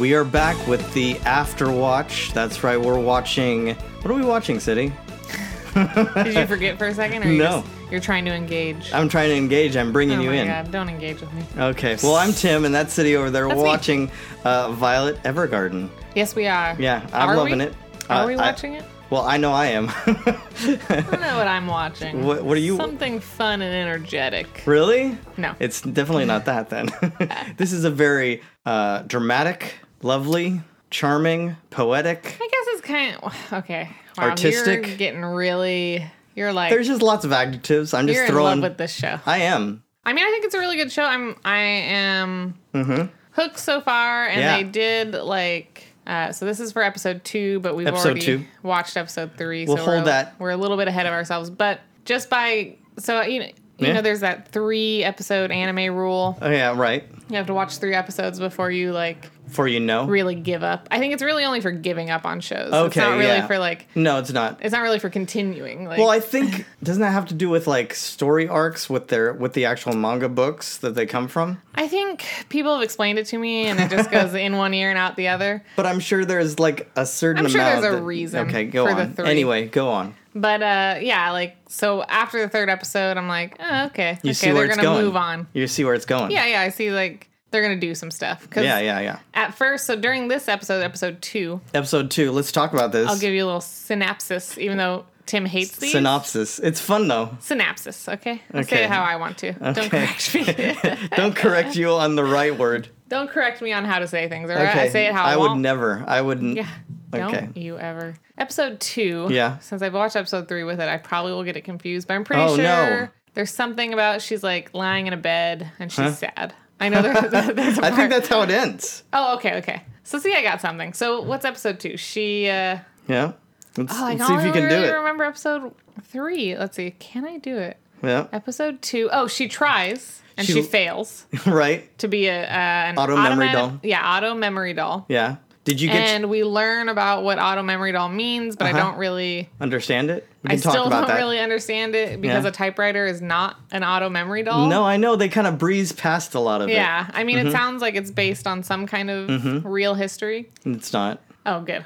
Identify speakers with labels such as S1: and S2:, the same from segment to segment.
S1: We are back with the after watch. That's right, we're watching. What are we watching, City?
S2: Did you forget for a second? Or you
S1: No.
S2: just- you're trying to engage.
S1: I'm trying to engage. I'm bringing
S2: oh
S1: you
S2: my
S1: in.
S2: god, don't engage with me.
S1: Okay. Well, I'm Tim, and that's City over there.
S2: That's
S1: we're
S2: me.
S1: watching uh, Violet Evergarden.
S2: Yes, we are.
S1: Yeah, I'm
S2: Are
S1: loving
S2: we?
S1: it.
S2: Are
S1: Uh,
S2: we
S1: I-
S2: watching it?
S1: Well, I know I am.
S2: I don't know what I'm watching.
S1: What- what are you-
S2: Something fun and energetic.
S1: really?
S2: No.
S1: It's definitely not that then. this is a very uh, dramatic, lovely, charming, poetic.
S2: I guess it's kind of okay. Wow, You're
S1: Artistic?
S2: getting really. You're like.
S1: There's just lots of adjectives. I'm just
S2: you're in
S1: throwing.
S2: love with this show.
S1: I am.
S2: I mean, I think it's a really good show. I'm. I am hooked so far, and
S1: Mm-hmm. Yeah.
S2: they did like. Uh, so this is for episode two, but we've
S1: Episode
S2: already
S1: two.
S2: watched episode 3
S1: We'll
S2: so
S1: hold
S2: we're,
S1: that.
S2: We're a little bit ahead of ourselves, but just by so you know, you
S1: Yeah.
S2: know, there's that three episode anime rule.
S1: Oh yeah, right.
S2: You have to watch three episodes before you like
S1: For you know.
S2: really give up. I think it's really only for giving up on shows. it's
S1: Okay,
S2: not really
S1: yeah.
S2: for like.
S1: No, it's not.
S2: It's not really for continuing. Like,
S1: Well, I think doesn't that have to do with like story arcs with their with the actual manga books that they come from?
S2: I think people have explained it to me, and it just goes in one ear and out the other.
S1: But I'm sure there's like a certain
S2: I'm sure
S1: amount.
S2: there's a
S1: that-
S2: reason
S1: Okay, go
S2: for the
S1: on.
S2: three.
S1: Anyway, go on.
S2: But uh, yeah, like so after the third episode, I'm like, oh, okay,
S1: You
S2: okay,
S1: see
S2: they're
S1: where it's
S2: gonna
S1: going.
S2: move on.
S1: You see where it's going.
S2: Yeah, yeah, I see. Like they're gonna do some stuff. Cause
S1: Yeah, yeah, yeah.
S2: At first, so during this episode, episode two,
S1: Episode two. Let's talk about this.
S2: I'll give you a little synopsis, even though Tim hates these.
S1: synopsis. It's fun though.
S2: synopsis, okay? I'll Say
S1: Okay.
S2: it how I want to. Don't
S1: Okay.
S2: correct me.
S1: Don't correct you on the right word.
S2: Don't correct me on how to say things. All right,
S1: Okay.
S2: I say it how I,
S1: I would
S2: want.
S1: never. I wouldn't.
S2: Yeah.
S1: Okay.
S2: Don't you ever. Episode two.
S1: Yeah.
S2: Since I've watched episode three with it, I probably will get it confused, but I'm pretty
S1: Oh,
S2: sure
S1: no.
S2: there's something about she's like lying in a bed and she's sad. I know there's, there's a
S1: I think
S2: part-
S1: that's how it ends.
S2: Oh, okay, okay. So see, I got something. So what's episode two? She. uh
S1: Yeah. Let's,
S2: Oh, I
S1: let's see if you can
S2: really
S1: do it.
S2: remember episode three. Let's see. Can I do it?
S1: Yeah.
S2: Episode two. Oh, she tries and
S1: She-
S2: she, fails
S1: right.
S2: to be a uh, an
S1: Auto memory
S2: automatic-
S1: doll.
S2: Yeah, auto memory doll.
S1: Yeah. Did you get
S2: and we learn about what auto memory doll means, but
S1: Uh-huh.
S2: I don't really,
S1: understand it? We
S2: I
S1: can talk
S2: still
S1: about that.
S2: don't really understand it because
S1: Yeah.
S2: a typewriter is not an auto memory doll.
S1: No, Mm-hmm. I know they kind of breeze past a lot of
S2: Yeah, I mean, it sounds like it's based on some kind of
S1: Mm-hmm.
S2: real history.
S1: it. It's not.
S2: Oh, good,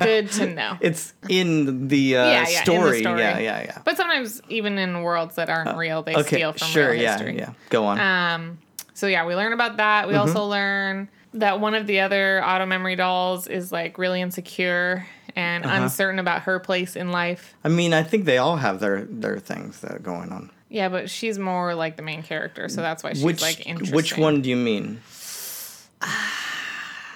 S2: good to know.
S1: It's in the, uh,
S2: yeah, yeah, in the
S1: story.
S2: story.
S1: Yeah, yeah, yeah.
S2: But sometimes, even in worlds that aren't real, they
S1: Uh, Okay,
S2: steal from
S1: sure.
S2: real
S1: yeah,
S2: history.
S1: yeah. Mm-hmm. Go on.
S2: Um, so yeah, we learn about that. We also learn that one of the other auto memory dolls is like really insecure and
S1: Uh-huh.
S2: uncertain about her place in life.
S1: I mean, I think they all have their their things that are going on.
S2: Yeah, but she's more like the main character, so that's why she's
S1: Which
S2: like interesting.
S1: which one do you mean?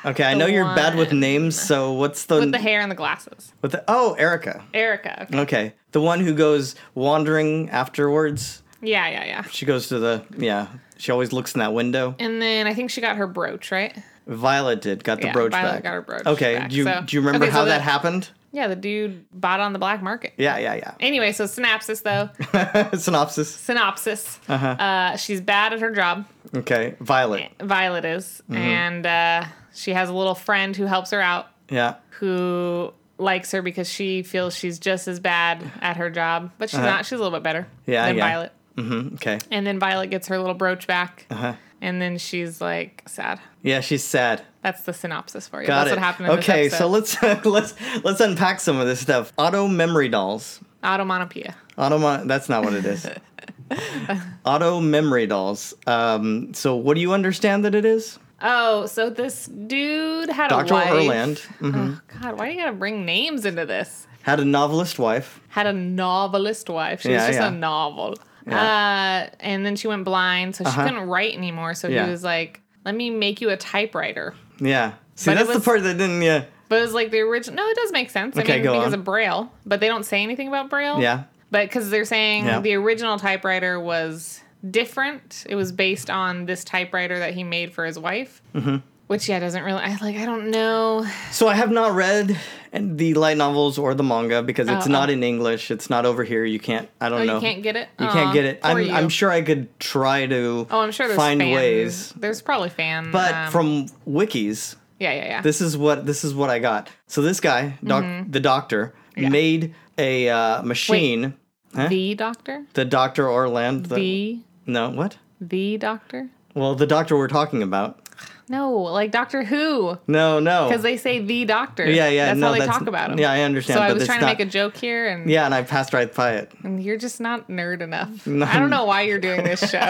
S1: Okay, I know you're bad with
S2: one
S1: names, so what's the
S2: With the hair and the glasses.
S1: with the- oh Erica?
S2: Erica. okay.
S1: Okay, the one who goes wandering afterwards.
S2: Yeah, yeah, yeah.
S1: She goes to the yeah. She always looks in that window.
S2: And then I think she got her brooch, right?
S1: Violet did got the
S2: Yeah,
S1: brooch
S2: Violet
S1: back.
S2: got her brooch
S1: Okay,
S2: back,
S1: do you
S2: so-
S1: do you remember
S2: Okay, so
S1: how that
S2: the-
S1: happened?
S2: Yeah, the dude bought on the black market.
S1: Yeah, yeah,
S2: Anyway, so synopsis though.
S1: yeah. Synopsis.
S2: synopsis. Uh-huh. she's bad at her job.
S1: Okay, Violet.
S2: Violet is,
S1: Mm-hmm.
S2: and uh, she has a little friend who helps her out,
S1: Yeah.
S2: who likes her because she feels she's just as bad at her job, but she's not. She's a little bit better
S1: Uh-huh. Yeah,
S2: than
S1: yeah.
S2: Violet.
S1: hmm Okay.
S2: And then Violet gets her little brooch back,
S1: Uh-huh.
S2: and then she's like sad.
S1: Yeah, she's sad.
S2: That's the synopsis for you.
S1: Got
S2: That's
S1: it.
S2: what happened in
S1: okay,
S2: this
S1: so
S2: episode.
S1: let's let's let's unpack some of this stuff. Auto memory dolls.
S2: Automonopia.
S1: Auto. That's not what it is. Auto memory dolls. Um, so, what do you understand that it is?
S2: Oh, so this dude had
S1: Dr.
S2: a wife.
S1: Erland
S2: Oh, God, why do you gotta bring names into this?
S1: had a novelist wife.
S2: Had a novelist wife. She was
S1: Yeah,
S2: just
S1: yeah.
S2: a novel. Uh, and then she went blind, so she couldn't write anymore. So
S1: Uh-huh. Yeah.
S2: he was like, "Let me make you a typewriter."
S1: Yeah. See,
S2: But it
S1: that's the
S2: was-
S1: part that didn't. Yeah.
S2: But it was like the original. No, it does make sense.
S1: Okay,
S2: I mean,
S1: go
S2: because
S1: on.
S2: of Braille, but they don't say anything about Braille.
S1: Yeah.
S2: But because they're saying
S1: Yeah.
S2: the original typewriter was different, it was based on this typewriter that he made for his wife, mm-hmm. which yeah doesn't really. I like. I don't know.
S1: So I have not read the light novels or the manga because it's
S2: Oh,
S1: not
S2: oh.
S1: in English. It's not over here. You can't. I don't
S2: Oh,
S1: know.
S2: you can't get it.
S1: You can't
S2: Aw,
S1: get it.
S2: poor
S1: I'm,
S2: you.
S1: I'm sure I could try to.
S2: Oh, I'm sure there's
S1: find
S2: fan-
S1: ways.
S2: There's probably fan.
S1: But
S2: um,
S1: from wikis,
S2: yeah, yeah, yeah.
S1: this is what this is what I got. So this guy, doc,
S2: Mm-hmm.
S1: the doctor, made a uh, machine.
S2: the doctor.
S1: The doctor Orland. The,
S2: The
S1: no, what?
S2: the doctor.
S1: Well, the doctor we're talking about.
S2: No, like Doctor Who,
S1: No, no.
S2: because they say the doctor.
S1: yeah, yeah.
S2: That's
S1: no,
S2: how they
S1: that's,
S2: talk about him.
S1: Yeah, I understand.
S2: So I
S1: but
S2: was
S1: it's
S2: trying
S1: not,
S2: to make a joke here, and,
S1: Yeah, and I passed right by it.
S2: and you're just not nerd enough. I don't know why you're doing this show.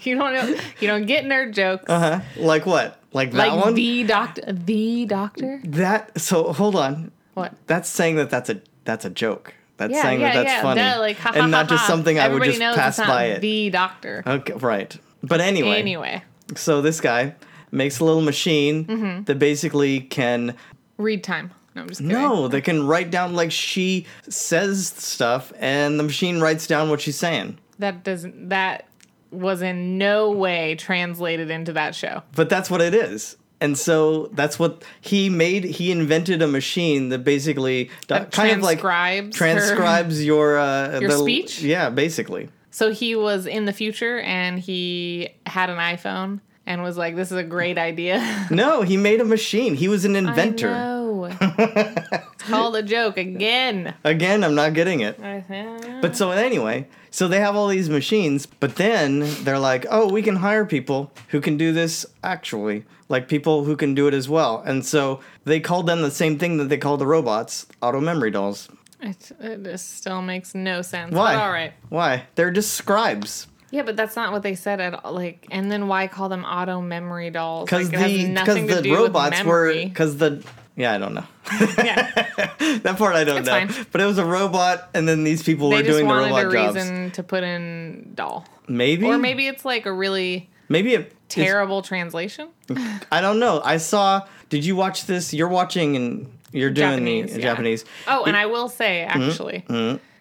S2: you don't know. You don't get nerd jokes.
S1: Uh huh. Like what? Like that
S2: like
S1: one?
S2: the doctor, the doctor.
S1: that. So hold on.
S2: What?
S1: That's saying that that's a that's a joke. That's
S2: Yeah,
S1: saying
S2: yeah,
S1: that that's
S2: yeah.
S1: funny,
S2: Duh, like, ha, ha,
S1: and not
S2: ha,
S1: just
S2: ha.
S1: something I would
S2: Everybody
S1: just
S2: knows
S1: pass
S2: it's not
S1: by it.
S2: The doctor.
S1: Okay, right. But anyway,
S2: Anyway,
S1: so this guy makes a little machine
S2: Mm-hmm.
S1: that basically can
S2: read time. No, I'm just kidding.
S1: no, that can write down like she says stuff, and the machine writes down what she's saying.
S2: That doesn't. That was in no way translated into that show.
S1: But that's what it is. And so that's what he made. He invented a machine that basically do-
S2: That
S1: kind of like
S2: transcribes her-
S1: transcribes your uh,
S2: Your speech?
S1: Yeah, basically.
S2: So he was in the future and he had an iPhone and was like, "This is a great idea."
S1: No, he made a machine. He was an
S2: I
S1: inventor.
S2: know. it's called a joke again.
S1: Again, I'm not getting it.
S2: But
S1: But so anyway, so they have all these machines, but then they're like, oh, we can hire people who can do this actually, like people who can do it as well. And so they called them the same thing that they called the robots, auto memory dolls.
S2: it, it just still makes no sense.
S1: Why?
S2: But all right.
S1: Why? They're just scribes.
S2: Yeah, but that's not what they said at all. Like, and then why call them auto memory dolls?
S1: Because
S2: like, it has
S1: the
S2: nothing to
S1: because the
S2: do with
S1: robots were
S2: memory.
S1: because the yeah I don't know
S2: yeah,
S1: that part I don't
S2: It's
S1: know
S2: fine.
S1: but it was a robot and then these people
S2: they
S1: were
S2: just
S1: doing the
S2: wanted
S1: robot
S2: a
S1: jobs
S2: reason to put in doll,
S1: maybe
S2: or maybe it's like a really
S1: maybe it it's-
S2: terrible translation.
S1: I don't know. I saw. Did you watch this? You're watching and you're doing
S2: Japanese,
S1: the
S2: yeah.
S1: Japanese.
S2: Oh, and I will say
S1: Mm-hmm.
S2: actually,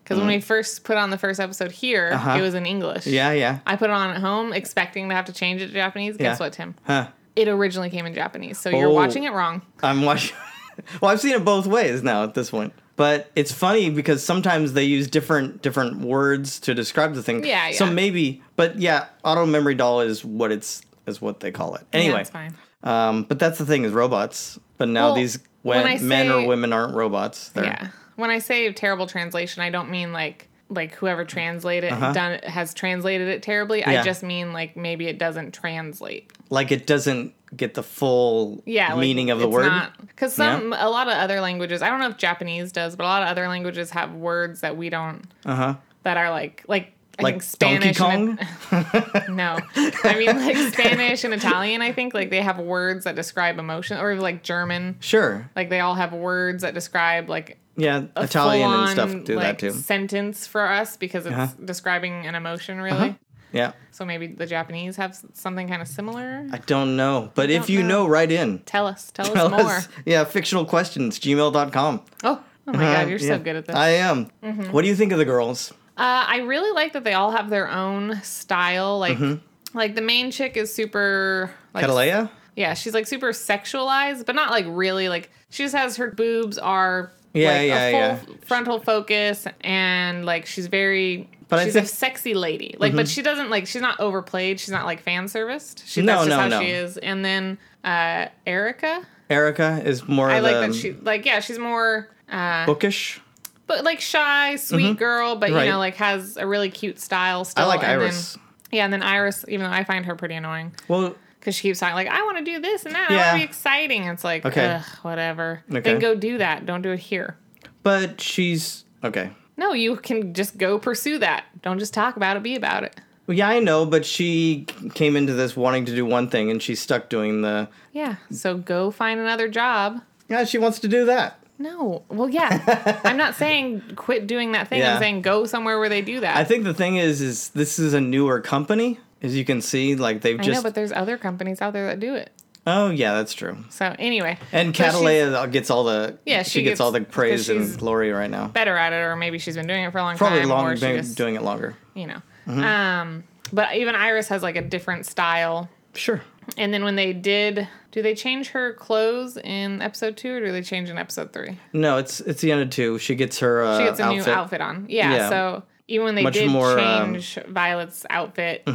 S2: because when we first put on the first episode here,
S1: Uh-huh.
S2: it was in English.
S1: Yeah, yeah.
S2: I put it on at home expecting to have to change it to Japanese. Guess
S1: Yeah.
S2: what, Tim?
S1: Huh.
S2: It originally came in Japanese, so you're
S1: Oh.
S2: watching it wrong.
S1: I'm watching. well, I've seen it both ways now at this point. But it's funny because sometimes they use different different words to describe the thing.
S2: Yeah,
S1: So
S2: yeah.
S1: maybe, but yeah, auto memory doll is what it's is what they call it.
S2: Yeah,
S1: Anyway,
S2: it's fine.
S1: um, but that's the thing is robots. But now
S2: Well,
S1: these
S2: when
S1: when,
S2: I
S1: men
S2: say-
S1: or women aren't robots. They're,
S2: Yeah. When I say terrible translation, I don't mean like like whoever translated it done it has translated it terribly. I
S1: Uh-huh. Yeah.
S2: just mean like maybe it doesn't translate.
S1: Like it doesn't get the full
S2: Yeah,
S1: meaning of the word.
S2: Because some a lot of other languages, I don't know if Japanese does, but a lot of other languages have words that we don't
S1: Uh huh.
S2: that are like like. I
S1: Like
S2: think Spanish
S1: Donkey
S2: And, no, I mean like Spanish and Italian. I think like they have words that describe emotion, or like German,
S1: Sure.
S2: like they all have words that describe like
S1: Yeah, Italian and stuff
S2: full-on,
S1: do that
S2: like,
S1: too. Uh-huh.
S2: Sentence for us because it's describing an emotion, really.
S1: Yeah.
S2: So maybe the Japanese have s- something kind of similar.
S1: I don't know. But if
S2: don't
S1: you
S2: know.
S1: know, write in.
S2: tell us, tell,
S1: Tell
S2: us more.
S1: us- yeah, fictional questions, gmail.com.
S2: Oh, oh my
S1: Uh-huh,
S2: God, you're so good at this. Mm-hmm.
S1: I am. What do you think of the girls?
S2: Uh, I really like that they all have their own style. Like,
S1: Mm-hmm.
S2: like the main chick is super like
S1: Catalea?
S2: yeah, she's like super sexualized, but not like really like she just has her boobs are
S1: Yeah,
S2: like
S1: yeah,
S2: a full frontal focus and like she's very
S1: But I
S2: she's a
S1: think- Mm-hmm.
S2: sexy lady. Like but she doesn't like she's not overplayed, she's not like fan serviced. She
S1: No,
S2: that's just
S1: no,
S2: how
S1: no.
S2: she is. And then uh Erica,
S1: Erica is more
S2: I
S1: of
S2: like
S1: the
S2: that she like yeah, she's more uh
S1: bookish.
S2: but like shy, sweet girl, but
S1: Mm-hmm. Right.
S2: you know, like has a really cute style still.
S1: I like
S2: and then-
S1: Iris.
S2: yeah, and then Iris, even though I find her pretty annoying
S1: Well,
S2: because she keeps talking like I want to do this and that. I
S1: Yeah.
S2: want to be exciting. It's like
S1: Okay.
S2: ugh, whatever.
S1: Okay.
S2: Then go do that. Don't do it here.
S1: but she's okay.
S2: No, you can just go pursue that. Don't just talk about it. Be about it.
S1: Well, yeah, I know, but she came into this wanting to do one thing and she's stuck doing the.
S2: Yeah. So go find another job.
S1: Yeah, she wants to do that.
S2: No. Well, yeah. I'm not saying quit doing that thing.
S1: Yeah.
S2: I'm saying go somewhere where they do that.
S1: I think the thing is, is this is a newer company, as you can see. Like they've
S2: I
S1: just.
S2: know, but there's other companies out there that do it.
S1: oh, yeah, that's true.
S2: So anyway.
S1: And
S2: So she's
S1: Catalea uh, gets all the
S2: Yeah,
S1: she,
S2: she
S1: gets,
S2: gets-
S1: all the praise
S2: because
S1: and
S2: she's-
S1: glory right now.
S2: better at it, or maybe she's been doing it for a long
S1: Probably
S2: time,
S1: long
S2: or she
S1: been Mm-hmm.
S2: just,
S1: doing it longer.
S2: you know. Um, but even Iris has like a different style.
S1: Sure.
S2: And then when they did, do they change her clothes in episode two or do they change in episode three?
S1: No, it's it's the end of two. She gets her uh,
S2: She gets a
S1: outfit.
S2: new outfit on. Yeah,
S1: Yeah.
S2: So even when they
S1: Much
S2: did
S1: more, um, Mm-hmm.
S2: change Violet's outfit,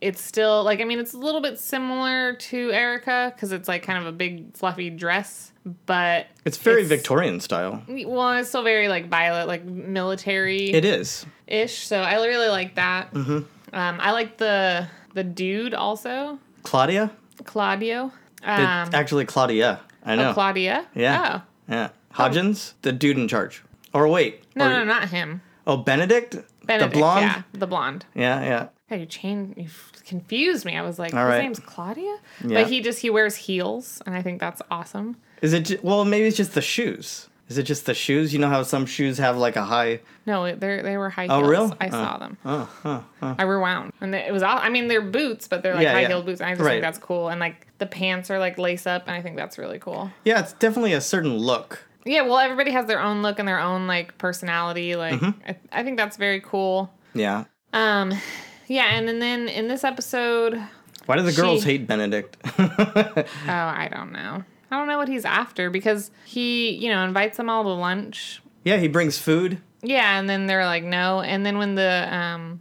S2: it's still like, I mean, it's a little bit similar to Erica because it's like kind of a big fluffy dress, but
S1: It's very
S2: It's-
S1: Victorian style.
S2: well, it's still very like Violet, like military
S1: It is.
S2: ish. So I really like that.
S1: Mm-hmm.
S2: Um, I like the the dude also,
S1: Claudia?
S2: Claudio. Um,
S1: it's actually Claudia. I know.
S2: oh, Claudia.
S1: Yeah.
S2: Oh.
S1: Yeah. Hodgins, the dude in charge. Or wait.
S2: No,
S1: or-
S2: no, not him.
S1: Oh, Benedict?
S2: Benedict.
S1: The blonde?
S2: Yeah, the blonde.
S1: Yeah, yeah.
S2: God, you changed. You f- confused me. I was like,
S1: All
S2: his
S1: right.
S2: name's Claudia,
S1: Yeah.
S2: but he just he wears heels, and I think that's awesome.
S1: Is it, ju- well, maybe it's just the shoes. Is it just the shoes? You know how some shoes have like a high,
S2: No, they they were high heels.
S1: Oh, real?
S2: I
S1: Oh.
S2: saw them.
S1: oh, huh, huh.
S2: I rewound, and it was all. I mean, they're boots, but they're like
S1: Yeah, yeah.
S2: high heeled boots. And I just
S1: Right.
S2: think that's cool, and like the pants are like lace up, and I think that's really cool.
S1: Yeah, it's definitely a certain look.
S2: Yeah, well, everybody has their own look and their own like personality. Like,
S1: Mm-hmm.
S2: I, I think that's very cool.
S1: Yeah.
S2: Um, yeah, and, and then in this episode, oh,
S1: Why do the girls
S2: She-
S1: hate Benedict?
S2: I don't know. I don't know what he's after because he, you know, invites them all to lunch.
S1: yeah, he brings food.
S2: Yeah, and then they're like, no. And then when the um,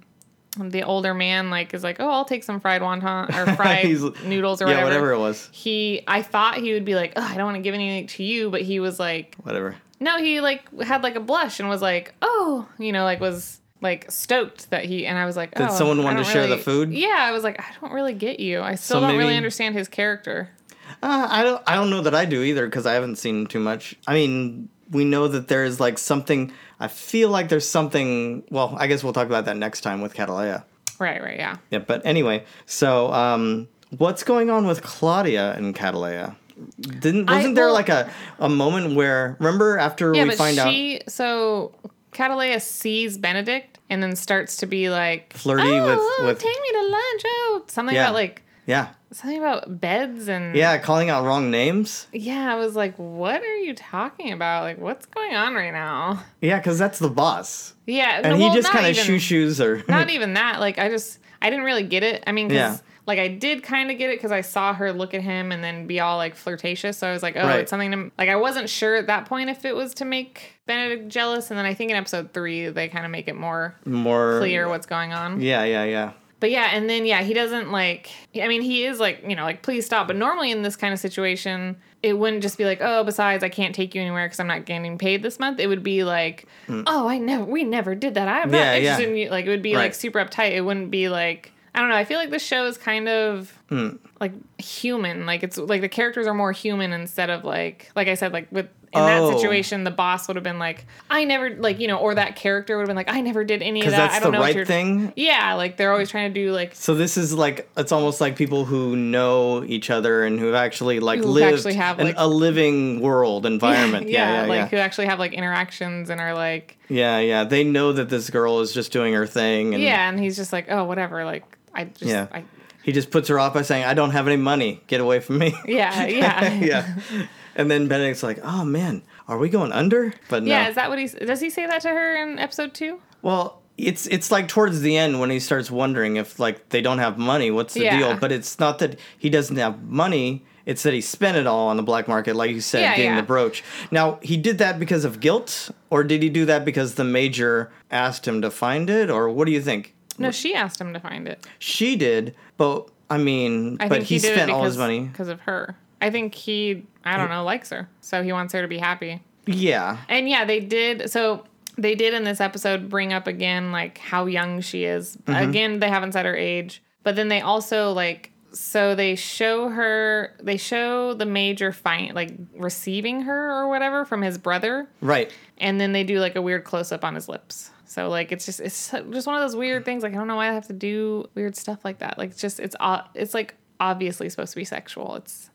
S2: the older man like is like, oh, I'll take some fried wonton or fried
S1: He's-
S2: noodles or
S1: yeah,
S2: whatever.
S1: whatever it was.
S2: He, I thought he would be like, oh, I don't want to give anything to you, but he was like,
S1: Whatever.
S2: No, he like had like a blush and was like, oh, you know, like was like stoked that he. And I was like,
S1: Did
S2: oh,
S1: someone
S2: I
S1: want to
S2: don't
S1: share the
S2: really-
S1: food?
S2: Yeah, I was like, I don't really get you. I still
S1: So
S2: don't really
S1: maybe-
S2: understand his character.
S1: Uh, I don't. I don't know that I do either because I haven't seen too much. I mean, we know that there is like something. I feel like there's something. Well, I guess we'll talk about that next time with Catalea.
S2: Right, right, yeah.
S1: Yeah. But anyway, so um, what's going on with Claudia and Catalea? Didn't
S2: I-
S1: wasn't there
S2: well-
S1: like a a moment where remember after
S2: Yeah,
S1: we
S2: but
S1: find out
S2: she so Catalea sees Benedict and then starts to be like
S1: Flirty
S2: oh,
S1: with-
S2: oh,
S1: with-
S2: take me to lunch. Oh, something
S1: Yeah.
S2: about like
S1: yeah
S2: something about beds and
S1: yeah calling out wrong names
S2: yeah. I was like, what are you talking about? Like, what's going on right now?
S1: yeah because that's the boss
S2: Yeah,
S1: and he just kind of shoo shoos
S2: shoots.
S1: her
S2: not even that. Like I just I didn't really get it. I mean, 'cause,
S1: Yeah.
S2: like I did kind of get it because I saw her look at him and then be all like flirtatious. So I was like, oh,
S1: Right.
S2: it's something to like. I wasn't sure at that point if it was to make Benedict jealous, and then I think in episode three they kind of make it more
S1: more
S2: clear what's going on.
S1: yeah yeah yeah
S2: But yeah, and then yeah, he doesn't like. I mean, he is like you know like please stop. But normally in this kind of situation, it wouldn't just be like oh besides I can't take you anywhere because I'm not getting paid this month. It would be like oh I never we never did that. I'm
S1: Mm. Yeah,
S2: not
S1: yeah.
S2: interested in you. Like it would be like
S1: Right.
S2: super uptight. It wouldn't be like I don't know. I feel like the show is kind of
S1: Mm.
S2: like human. Like it's like the characters are more human instead of like like I said like with. In
S1: Oh.
S2: that situation, the boss would have been like, "I never like you know," or that character would have been like, "I never did any of
S1: because
S2: that." I
S1: that's
S2: don't
S1: the
S2: know what
S1: right
S2: you're-
S1: thing
S2: yeah, like they're always trying to do like
S1: So this is like it's almost like people who know each other and who have actually like
S2: Who've
S1: lived
S2: actually have,
S1: in
S2: like-
S1: a living world environment.
S2: yeah,
S1: Yeah, yeah, yeah,
S2: like
S1: yeah,
S2: who actually have like interactions and are like
S1: yeah, They know that this girl is just doing her thing, and
S2: yeah, and he's just like oh whatever, like I just
S1: Hmm. Yeah.
S2: I,
S1: he just puts her off by saying, "I don't have any money. Get away from me."
S2: yeah yeah
S1: yeah. And then Benedict's like, "Oh man, are we going under?" But no.
S2: Yeah, Is that what he does? He say that to her in episode two?
S1: Well, it's it's like towards the end when he starts wondering if like they don't have money, what's the
S2: Yeah.
S1: deal? But it's not that he doesn't have money; it's that he spent it all on the black market, like you said,
S2: Yeah,
S1: getting
S2: yeah.
S1: the brooch. Now, he did that because of guilt, or did he do that because the major asked him to find it, or what do you think?
S2: No, she asked him to find it.
S1: She did, but I mean,
S2: I
S1: but
S2: think
S1: he,
S2: did it
S1: spent all his
S2: because-
S1: money.
S2: because of her. I think he I don't know likes her, so he wants her to be happy.
S1: Yeah,
S2: And yeah, they did. So they did in this episode bring up again like how young she is.
S1: Mm-hmm.
S2: Again, they haven't said her age, but then they also like so they show her they show the major find like receiving her or whatever from his brother
S1: right.
S2: and then they do like a weird close up on his lips. So like it's just it's so- just one of those weird things like I don't know why I have to do weird stuff like that. Like it's just it's o- it's like obviously supposed to be sexual. It's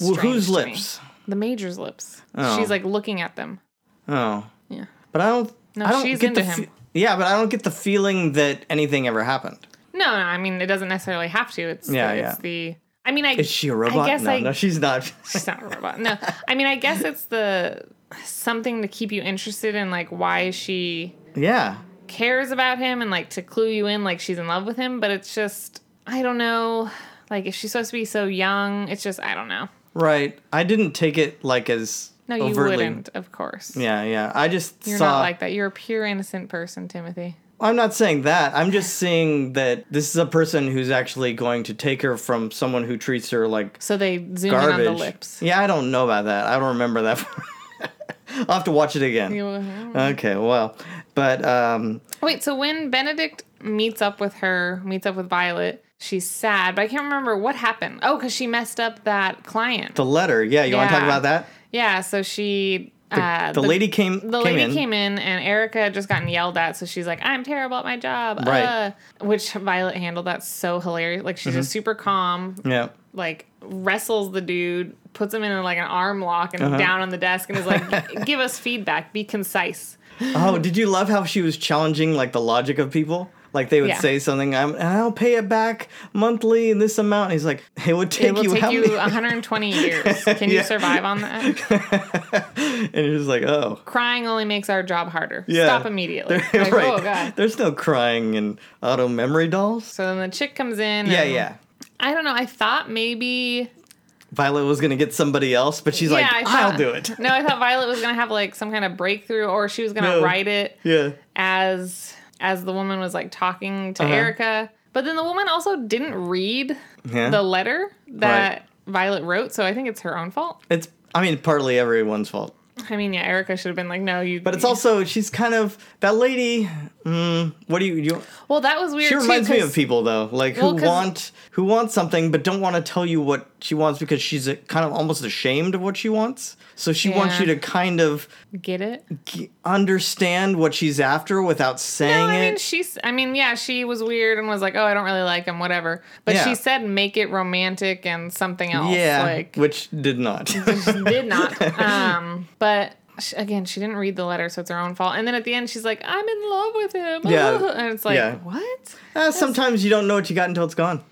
S1: Well,
S2: strange
S1: whose
S2: to me.
S1: lips?
S2: The major's lips.
S1: Oh.
S2: She's like looking at them.
S1: Oh,
S2: Yeah.
S1: but I don't.
S2: No,
S1: I don't
S2: she's
S1: get the
S2: into him.
S1: fe- yeah, but I don't get the feeling that anything ever happened.
S2: No, no, I mean it doesn't necessarily have to. It's
S1: Yeah,
S2: the,
S1: yeah.
S2: It's the. I mean, I
S1: Is she a robot?
S2: I guess
S1: no,
S2: I,
S1: no, she's not.
S2: she's not a robot. No, I mean, I guess it's the something to keep you interested in, like why she
S1: yeah.
S2: cares about him, and like to clue you in, like she's in love with him. But it's just, I don't know. Like if she's supposed to be so young, it's just I don't know.
S1: Right. I didn't take it like as
S2: No, you
S1: overtly.
S2: wouldn't, of course.
S1: Yeah, yeah. I just
S2: You're
S1: saw.
S2: not like that. You're a pure innocent person, Timothy.
S1: I'm not saying that. I'm just saying that this is a person who's actually going to take her from someone who treats her like
S2: So they zoom
S1: garbage.
S2: in on the lips.
S1: Yeah, I don't know about that. I don't remember that. I'll have to watch it again.
S2: You- uh-huh.
S1: Okay, well, but um,
S2: Wait, so when Benedict meets up with her, meets up with Violet, she's sad, but I can't remember what happened. Oh, because she messed up that client.
S1: The letter, yeah. You want to talk
S2: Yeah.
S1: about that?
S2: yeah, so she.
S1: The,
S2: uh,
S1: the lady came.
S2: the
S1: came
S2: lady
S1: in.
S2: came in and Erica had just gotten yelled at, so she's like, "I'm terrible at my job,"
S1: Right.
S2: uh," which Violet handled. That's so hilarious. Like she's
S1: Mm-hmm.
S2: just super calm,
S1: Yeah.
S2: like wrestles the dude, puts him in like an arm lock
S1: Uh-huh.
S2: and down on the desk, and is like, "Give us feedback. Be concise."
S1: Oh, did you love how she was challenging like the logic of people? Like they would
S2: Yeah.
S1: say something, I'm, I'll pay it back monthly in this amount. And he's like, it would take
S2: It will
S1: you
S2: take
S1: how
S2: you um,
S1: many?
S2: 120 years. Can
S1: Yeah.
S2: you survive on that?
S1: and you're just like, oh,
S2: Crying only makes our job harder.
S1: Yeah.
S2: Stop immediately. Like,
S1: right.
S2: Oh god.
S1: There's no crying in auto memory dolls.
S2: So then the chick comes in.
S1: Yeah,
S2: and-
S1: yeah.
S2: I don't know. I thought maybe
S1: Violet was gonna get somebody else, but she's like,
S2: I
S1: I'll
S2: thought-
S1: do it.
S2: No, I thought Violet was gonna have like some kind of breakthrough, or she was gonna
S1: No.
S2: write it
S1: Yeah.
S2: as as the woman was like talking
S1: Uh-huh.
S2: to Erica. But then the woman also didn't read
S1: Yeah.
S2: the letter that Violet wrote, so I think it's her own fault.
S1: It's, I mean, partly everyone's fault.
S2: I mean, yeah, Erica should have been like, "No, you."
S1: But it's also, she's kind of, that lady, mm, what do you, do you
S2: well, that was weird.
S1: She
S2: too,
S1: reminds me
S2: 'cause-
S1: of people though, like
S2: Well,
S1: who
S2: 'cause-
S1: want who want something but don't want to tell you what she wants because she's uh kind of almost ashamed of what she wants. So she wants
S2: Yeah.
S1: you to kind of
S2: Get it?
S1: g- understand what she's after without
S2: No,
S1: saying
S2: I mean
S1: it.
S2: she's. I mean, yeah, she was weird and was like, "Oh, I don't really like him, whatever." But
S1: Yeah.
S2: she said, "Make it romantic and something else."
S1: yeah,
S2: like
S1: which did not.
S2: She did not. Um, but sh again, she didn't read the letter, so it's her own fault. And then at the end, she's like, "I'm in love with him."
S1: Yeah.
S2: and it's like,
S1: Yeah.
S2: what?
S1: Uh, sometimes you don't know what you got until it's gone.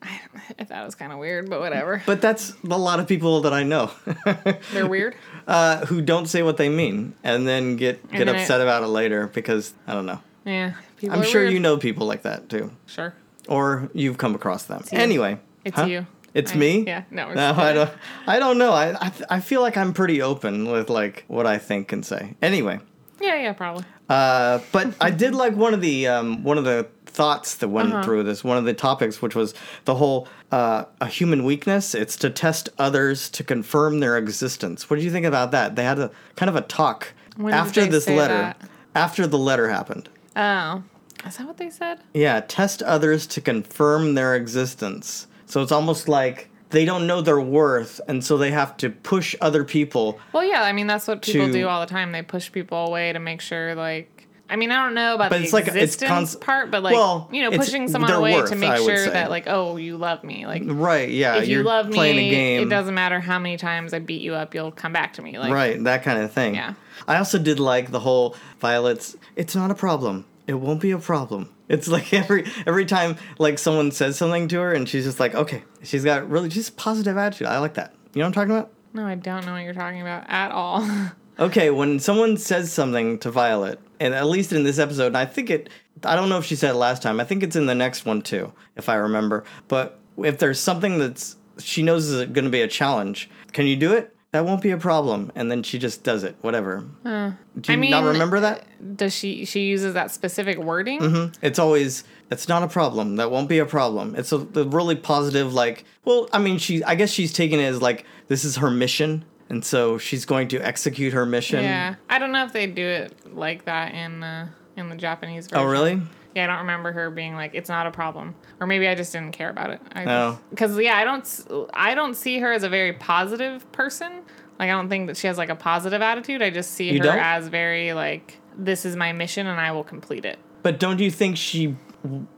S2: I thought it was kind of weird, but whatever.
S1: But that's a lot of people that I know
S2: They're weird.
S1: uh, who don't say what they mean and then get get
S2: then it-
S1: upset about it later because I don't know.
S2: Yeah, people.
S1: I'm
S2: are
S1: sure
S2: weird.
S1: you know people like that too.
S2: Sure,
S1: or you've come across them.
S2: you.
S1: Anyway,
S2: it's
S1: Huh?
S2: you.
S1: It's
S2: I-
S1: me.
S2: Yeah, no, it's
S1: No, I don't. I don't know. I, I th- I feel like I'm pretty open with like what I think and say. Anyway,
S2: Yeah, yeah, probably.
S1: uh, but I did like one of the um, one of the thoughts that went
S2: Uh-huh.
S1: through this. One of the topics, which was the whole uh, a human weakness. It's to test others to confirm their existence. What do you think about that? They had a kind of a talk
S2: When did
S1: after
S2: they
S1: this
S2: say
S1: letter.
S2: that?
S1: After the letter happened.
S2: Oh, is that what they said?
S1: Yeah, test others to confirm their existence. So it's almost like they don't know their worth, and so they have to push other people.
S2: Well, yeah. I mean, that's what people
S1: To-
S2: do all the time. They push people away to make sure, like. I mean, I don't know about
S1: But
S2: the
S1: it's like- it's
S2: existence
S1: cons-
S2: part, but like
S1: Well,
S2: you know,
S1: it's
S2: pushing someone
S1: their
S2: away
S1: worth,
S2: to make
S1: I would
S2: sure
S1: say.
S2: that like, oh, you love me, like
S1: Right? Yeah,
S2: if you
S1: you're
S2: love
S1: playing
S2: me,
S1: a game.
S2: it doesn't matter how many times I beat you up, you'll come back to me. Like,
S1: Right, that kind of thing.
S2: Yeah.
S1: I also did like the whole Violet's. It's not a problem. It won't be a problem. It's like every every time like someone says something to her, and she's just like, okay, she's got really just positive attitude. I like that. You know what I'm talking about?
S2: no, I don't know what you're talking about at all.
S1: Okay, when someone says something to Violet, and at least in this episode, and I think it, I don't know if she said it last time, I think it's in the next one too, if I remember. But if there's something that's she knows is going to be a challenge, can you do it? That won't be a problem. And then she just does it, whatever. do you
S2: I
S1: not
S2: mean-
S1: remember that?
S2: Does she? She uses that specific wording.
S1: It's always, it's not a problem. That won't be a problem. It's a, the really positive, like, well, I mean, she, I guess she's taking it as like, this is her mission. And so she's going to execute her mission.
S2: Yeah, I don't know if they do it like that in uh, in the Japanese version.
S1: Oh, really?
S2: Yeah, I don't remember her being like, "It's not a problem," or maybe I just didn't care about it. I
S1: Oh.
S2: Because yeah, I don't, s- I don't see her as a very positive person. Like, I don't think that she has like a positive attitude. I just see
S1: You
S2: her
S1: don't?
S2: as very like, "This is my mission, and I will complete it."
S1: But don't you think she,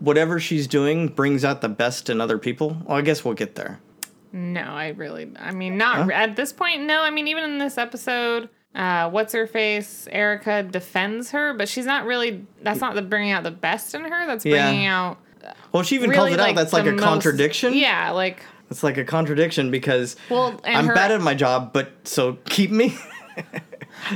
S1: whatever she's doing, brings out the best in other people? Well, I guess we'll get there.
S2: No, I really, I mean, not at this point. No, I mean, even in this episode, uh, what's her face? Erica defends her, but she's not really. That's not the bringing out the best in her. That's
S1: Yeah.
S2: bringing out
S1: Well, she even
S2: really
S1: calls it
S2: like
S1: out. That's like
S2: the
S1: a
S2: most-
S1: contradiction.
S2: Yeah, like
S1: It's like a contradiction because
S2: well, and
S1: I'm
S2: her,
S1: bad at my job, but so keep me.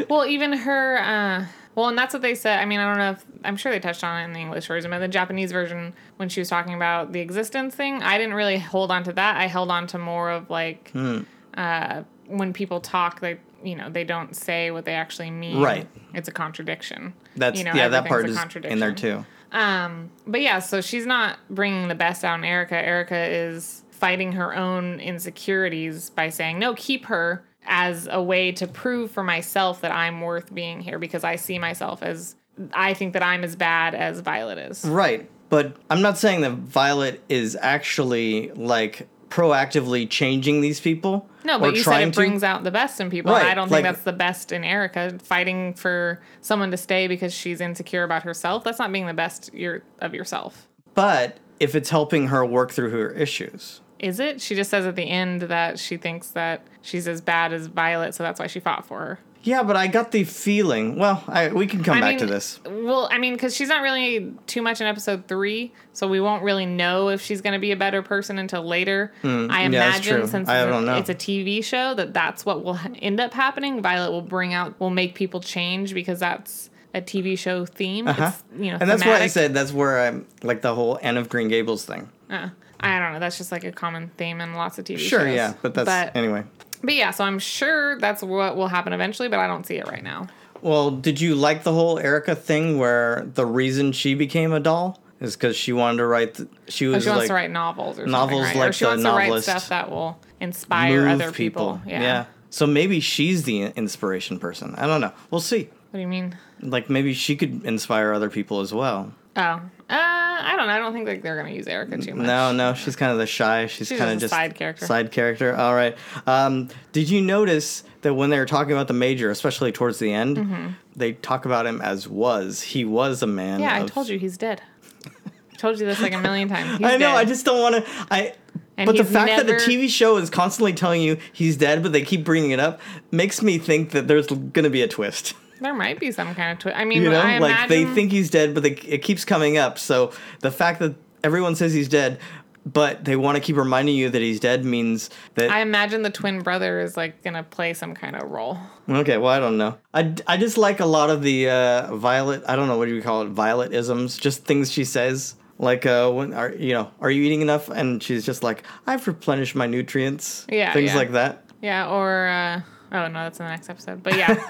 S2: Well, even her. Uh, well, and that's what they said. I mean, I don't know if I'm sure they touched on it in the English version, but the Japanese version, when she was talking about the existence thing, I didn't really hold on to that. I held on to more of like
S1: Hmm.
S2: uh, when people talk, they you know they don't say what they actually mean.
S1: Right.
S2: It's a contradiction.
S1: That's
S2: you know,
S1: yeah, that
S2: everything's
S1: part
S2: a
S1: is in there
S2: contradiction.
S1: too.
S2: Um, but yeah, so she's not bringing the best out in Erica. Erica is fighting her own insecurities by saying, no, keep her as a way to prove for myself that I'm worth being here because I see myself as, I think that I'm as bad as Violet is.
S1: Right. But I'm not saying that Violet is actually like proactively changing these people.
S2: No,
S1: or
S2: but you said
S1: trying
S2: it
S1: to.
S2: brings out the best in people. and
S1: Right,
S2: I don't
S1: like-
S2: think that's the best in Erica fighting for someone to stay because she's insecure about herself. That's not being the best your, of yourself.
S1: But if it's helping her work through her issues.
S2: Is it? She just says at the end that she thinks that she's as bad as Violet, so that's why she fought for her.
S1: Yeah, but I got the feeling. Well, I, we can come
S2: I
S1: back
S2: mean,
S1: to this.
S2: Well, I mean, because she's not really too much in episode three, so we won't really know if she's going to be a better person until later. I
S1: Mm, yeah, that's
S2: imagine
S1: true.
S2: since
S1: I
S2: it's a-
S1: don't know.
S2: it's a TV show that that's what will h- end up happening. Violet will bring out, will make people change because that's a TV show theme.
S1: Huh?
S2: It's, you know,
S1: Uh-huh. and that's why I
S2: thematic.
S1: said that's where I'm like the whole end of Green Gables thing.
S2: Uh, I don't know. That's just like a common theme in lots of TV
S1: Sure,
S2: shows.
S1: yeah, but that's
S2: but,
S1: anyway.
S2: but yeah. So I'm sure that's what will happen eventually, but I don't see it right now.
S1: Well, did you like the whole Erica thing where the reason she became a doll is because she wanted to write? th- she
S2: Or
S1: was
S2: Oh, she wants
S1: like
S2: to write novels or
S1: novels
S2: something, right?
S1: like
S2: or she
S1: the
S2: wants
S1: novelist
S2: to write stuff that will inspire
S1: move
S2: other people. Yeah.
S1: So maybe she's the inspiration person. I don't know. We'll see.
S2: What do you mean?
S1: Like maybe she could inspire other people as well.
S2: Oh, uh, I don't know. I don't think like they're gonna use Erica too much.
S1: No, no, she's kind of the shy. She's,
S2: She's
S1: kind of
S2: just a
S1: just
S2: side character.
S1: Side character. All right. Um, did you notice that when they were talking about the major, especially towards the end,
S2: Mm-hmm.
S1: they talk about him as was. He was a man.
S2: Yeah, I
S1: of-
S2: told you he's dead. I told you this like a million times. He's
S1: I know.
S2: dead.
S1: I just don't want to. I.
S2: And
S1: but the
S2: he's
S1: fact that
S2: never-
S1: the TV show is constantly telling you he's dead, but they keep bringing it up, makes me think that there's going to be a twist.
S2: there might be some kind of twist. I mean,
S1: You know,
S2: I
S1: like
S2: imagine
S1: they think he's dead, but they, it keeps coming up. So the fact that everyone says he's dead, but they want to keep reminding you that he's dead means that
S2: I imagine the twin brother is like gonna play some kind of role.
S1: Okay, well, I don't know. I, I just like a lot of the uh, Violet. I don't know what do you call it, Violet isms. Just things she says, like uh, when are you know, are you eating enough? And she's just like, I've replenished my nutrients.
S2: Yeah,
S1: things
S2: yeah.
S1: like that.
S2: Yeah, or uh, oh no, that's in the next episode. But yeah.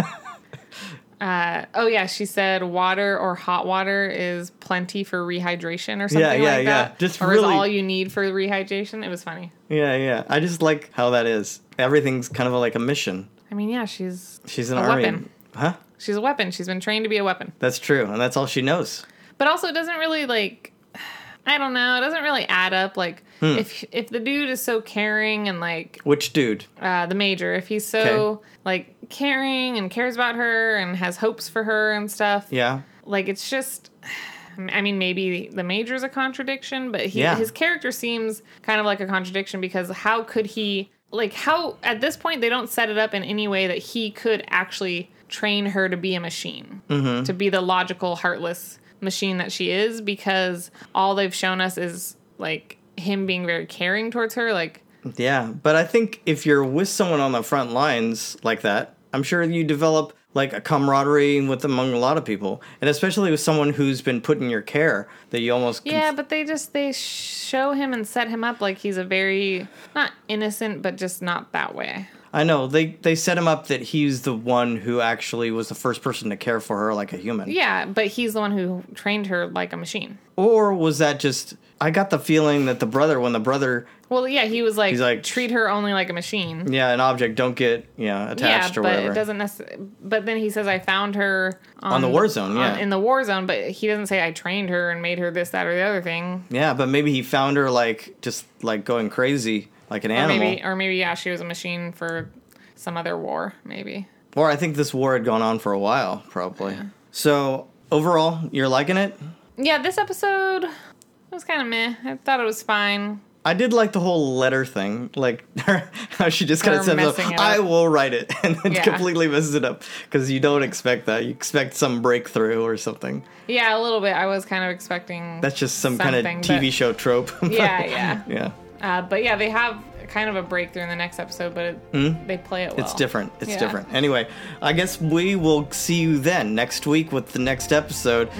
S2: Uh, oh yeah, she said water or hot water is plenty for rehydration or something
S1: Yeah, yeah,
S2: like
S1: yeah.
S2: that.
S1: Just
S2: or
S1: really-
S2: is all you need for rehydration. It was funny.
S1: Yeah, yeah. I just like how that is. Everything's kind of like a mission.
S2: I mean, yeah, she's
S1: She's an
S2: A
S1: army,
S2: weapon.
S1: huh?
S2: she's a weapon. She's been trained to be a weapon.
S1: That's true, and that's all she knows.
S2: But also, it doesn't really like. I don't know. It doesn't really add up. Like,
S1: Hmm.
S2: if if the dude is so caring and like
S1: Which dude?
S2: uh, the major, if he's so
S1: Okay.
S2: like caring and cares about her and has hopes for her and stuff,
S1: Yeah,
S2: like it's just i mean maybe the major's a contradiction but he,
S1: Yeah.
S2: his character seems kind of like a contradiction because how could he like how at this point they don't set it up in any way that he could actually train her to be a machine to be the logical heartless machine that she is because all they've shown us is like him being very caring towards her like
S1: yeah. But I think if you're with someone on the front lines like that, I'm sure you develop like a camaraderie with among a lot of people, and especially with someone who's been put in your care that you almost can-
S2: yeah but they just they show him and set him up like he's a very not innocent but just not that way
S1: I know they they set him up that he's the one who actually was the first person to care for her like a human,
S2: Yeah, but he's the one who trained her like a machine.
S1: or was that just? I got the feeling that the brother, when the brother,
S2: Well, yeah, he was like,
S1: He's like-
S2: treat her only like a machine.
S1: yeah, an object don't get yeah
S2: Yeah,
S1: attached or
S2: but
S1: whatever.
S2: it doesn't necessarily. But then he says, "I found her on,
S1: the war zone, yeah.
S2: in the war zone, but he doesn't say I trained her and made her this, that, or the other thing.
S1: yeah, but maybe he found her like just like going crazy like an
S2: Or
S1: animal.
S2: maybe, or maybe yeah, she was a machine for some other war, maybe.
S1: Or I think this war had gone on for a while, probably. So overall, you're liking it.
S2: Yeah, this episode it was kind of meh. I thought it was fine.
S1: I did like the whole letter thing, like how she just kind
S2: Her
S1: of said,
S2: messing it
S1: "I
S2: up.
S1: will write it," and then
S2: Yeah.
S1: completely messes it up because you don't expect that. You expect some breakthrough or something.
S2: Yeah, a little bit. I was kind of expecting.
S1: That's just some kind of
S2: Something,
S1: TV
S2: but-
S1: show trope.
S2: Yeah, yeah.
S1: yeah.
S2: Uh, but yeah, they have kind of a breakthrough in the next episode, but it, they play it well.
S1: Hmm? It's different. It's
S2: Oh. Yeah.
S1: different. Anyway, I guess we will see you then next week with the next episode.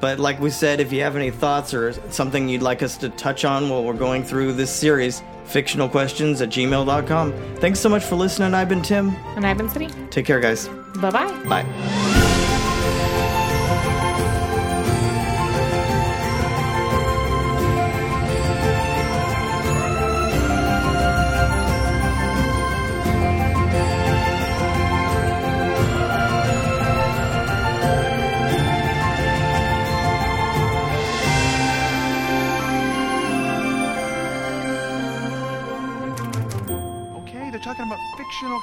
S1: But like we said, if you have any thoughts or something you'd like us to touch on while we're going through this series, fictionalquestions at gmail.com. Thanks so much for listening. I've been Tim.
S2: And I've been City.
S1: Take care, guys.
S2: Bye bye.
S1: Bye.
S3: talking about fictional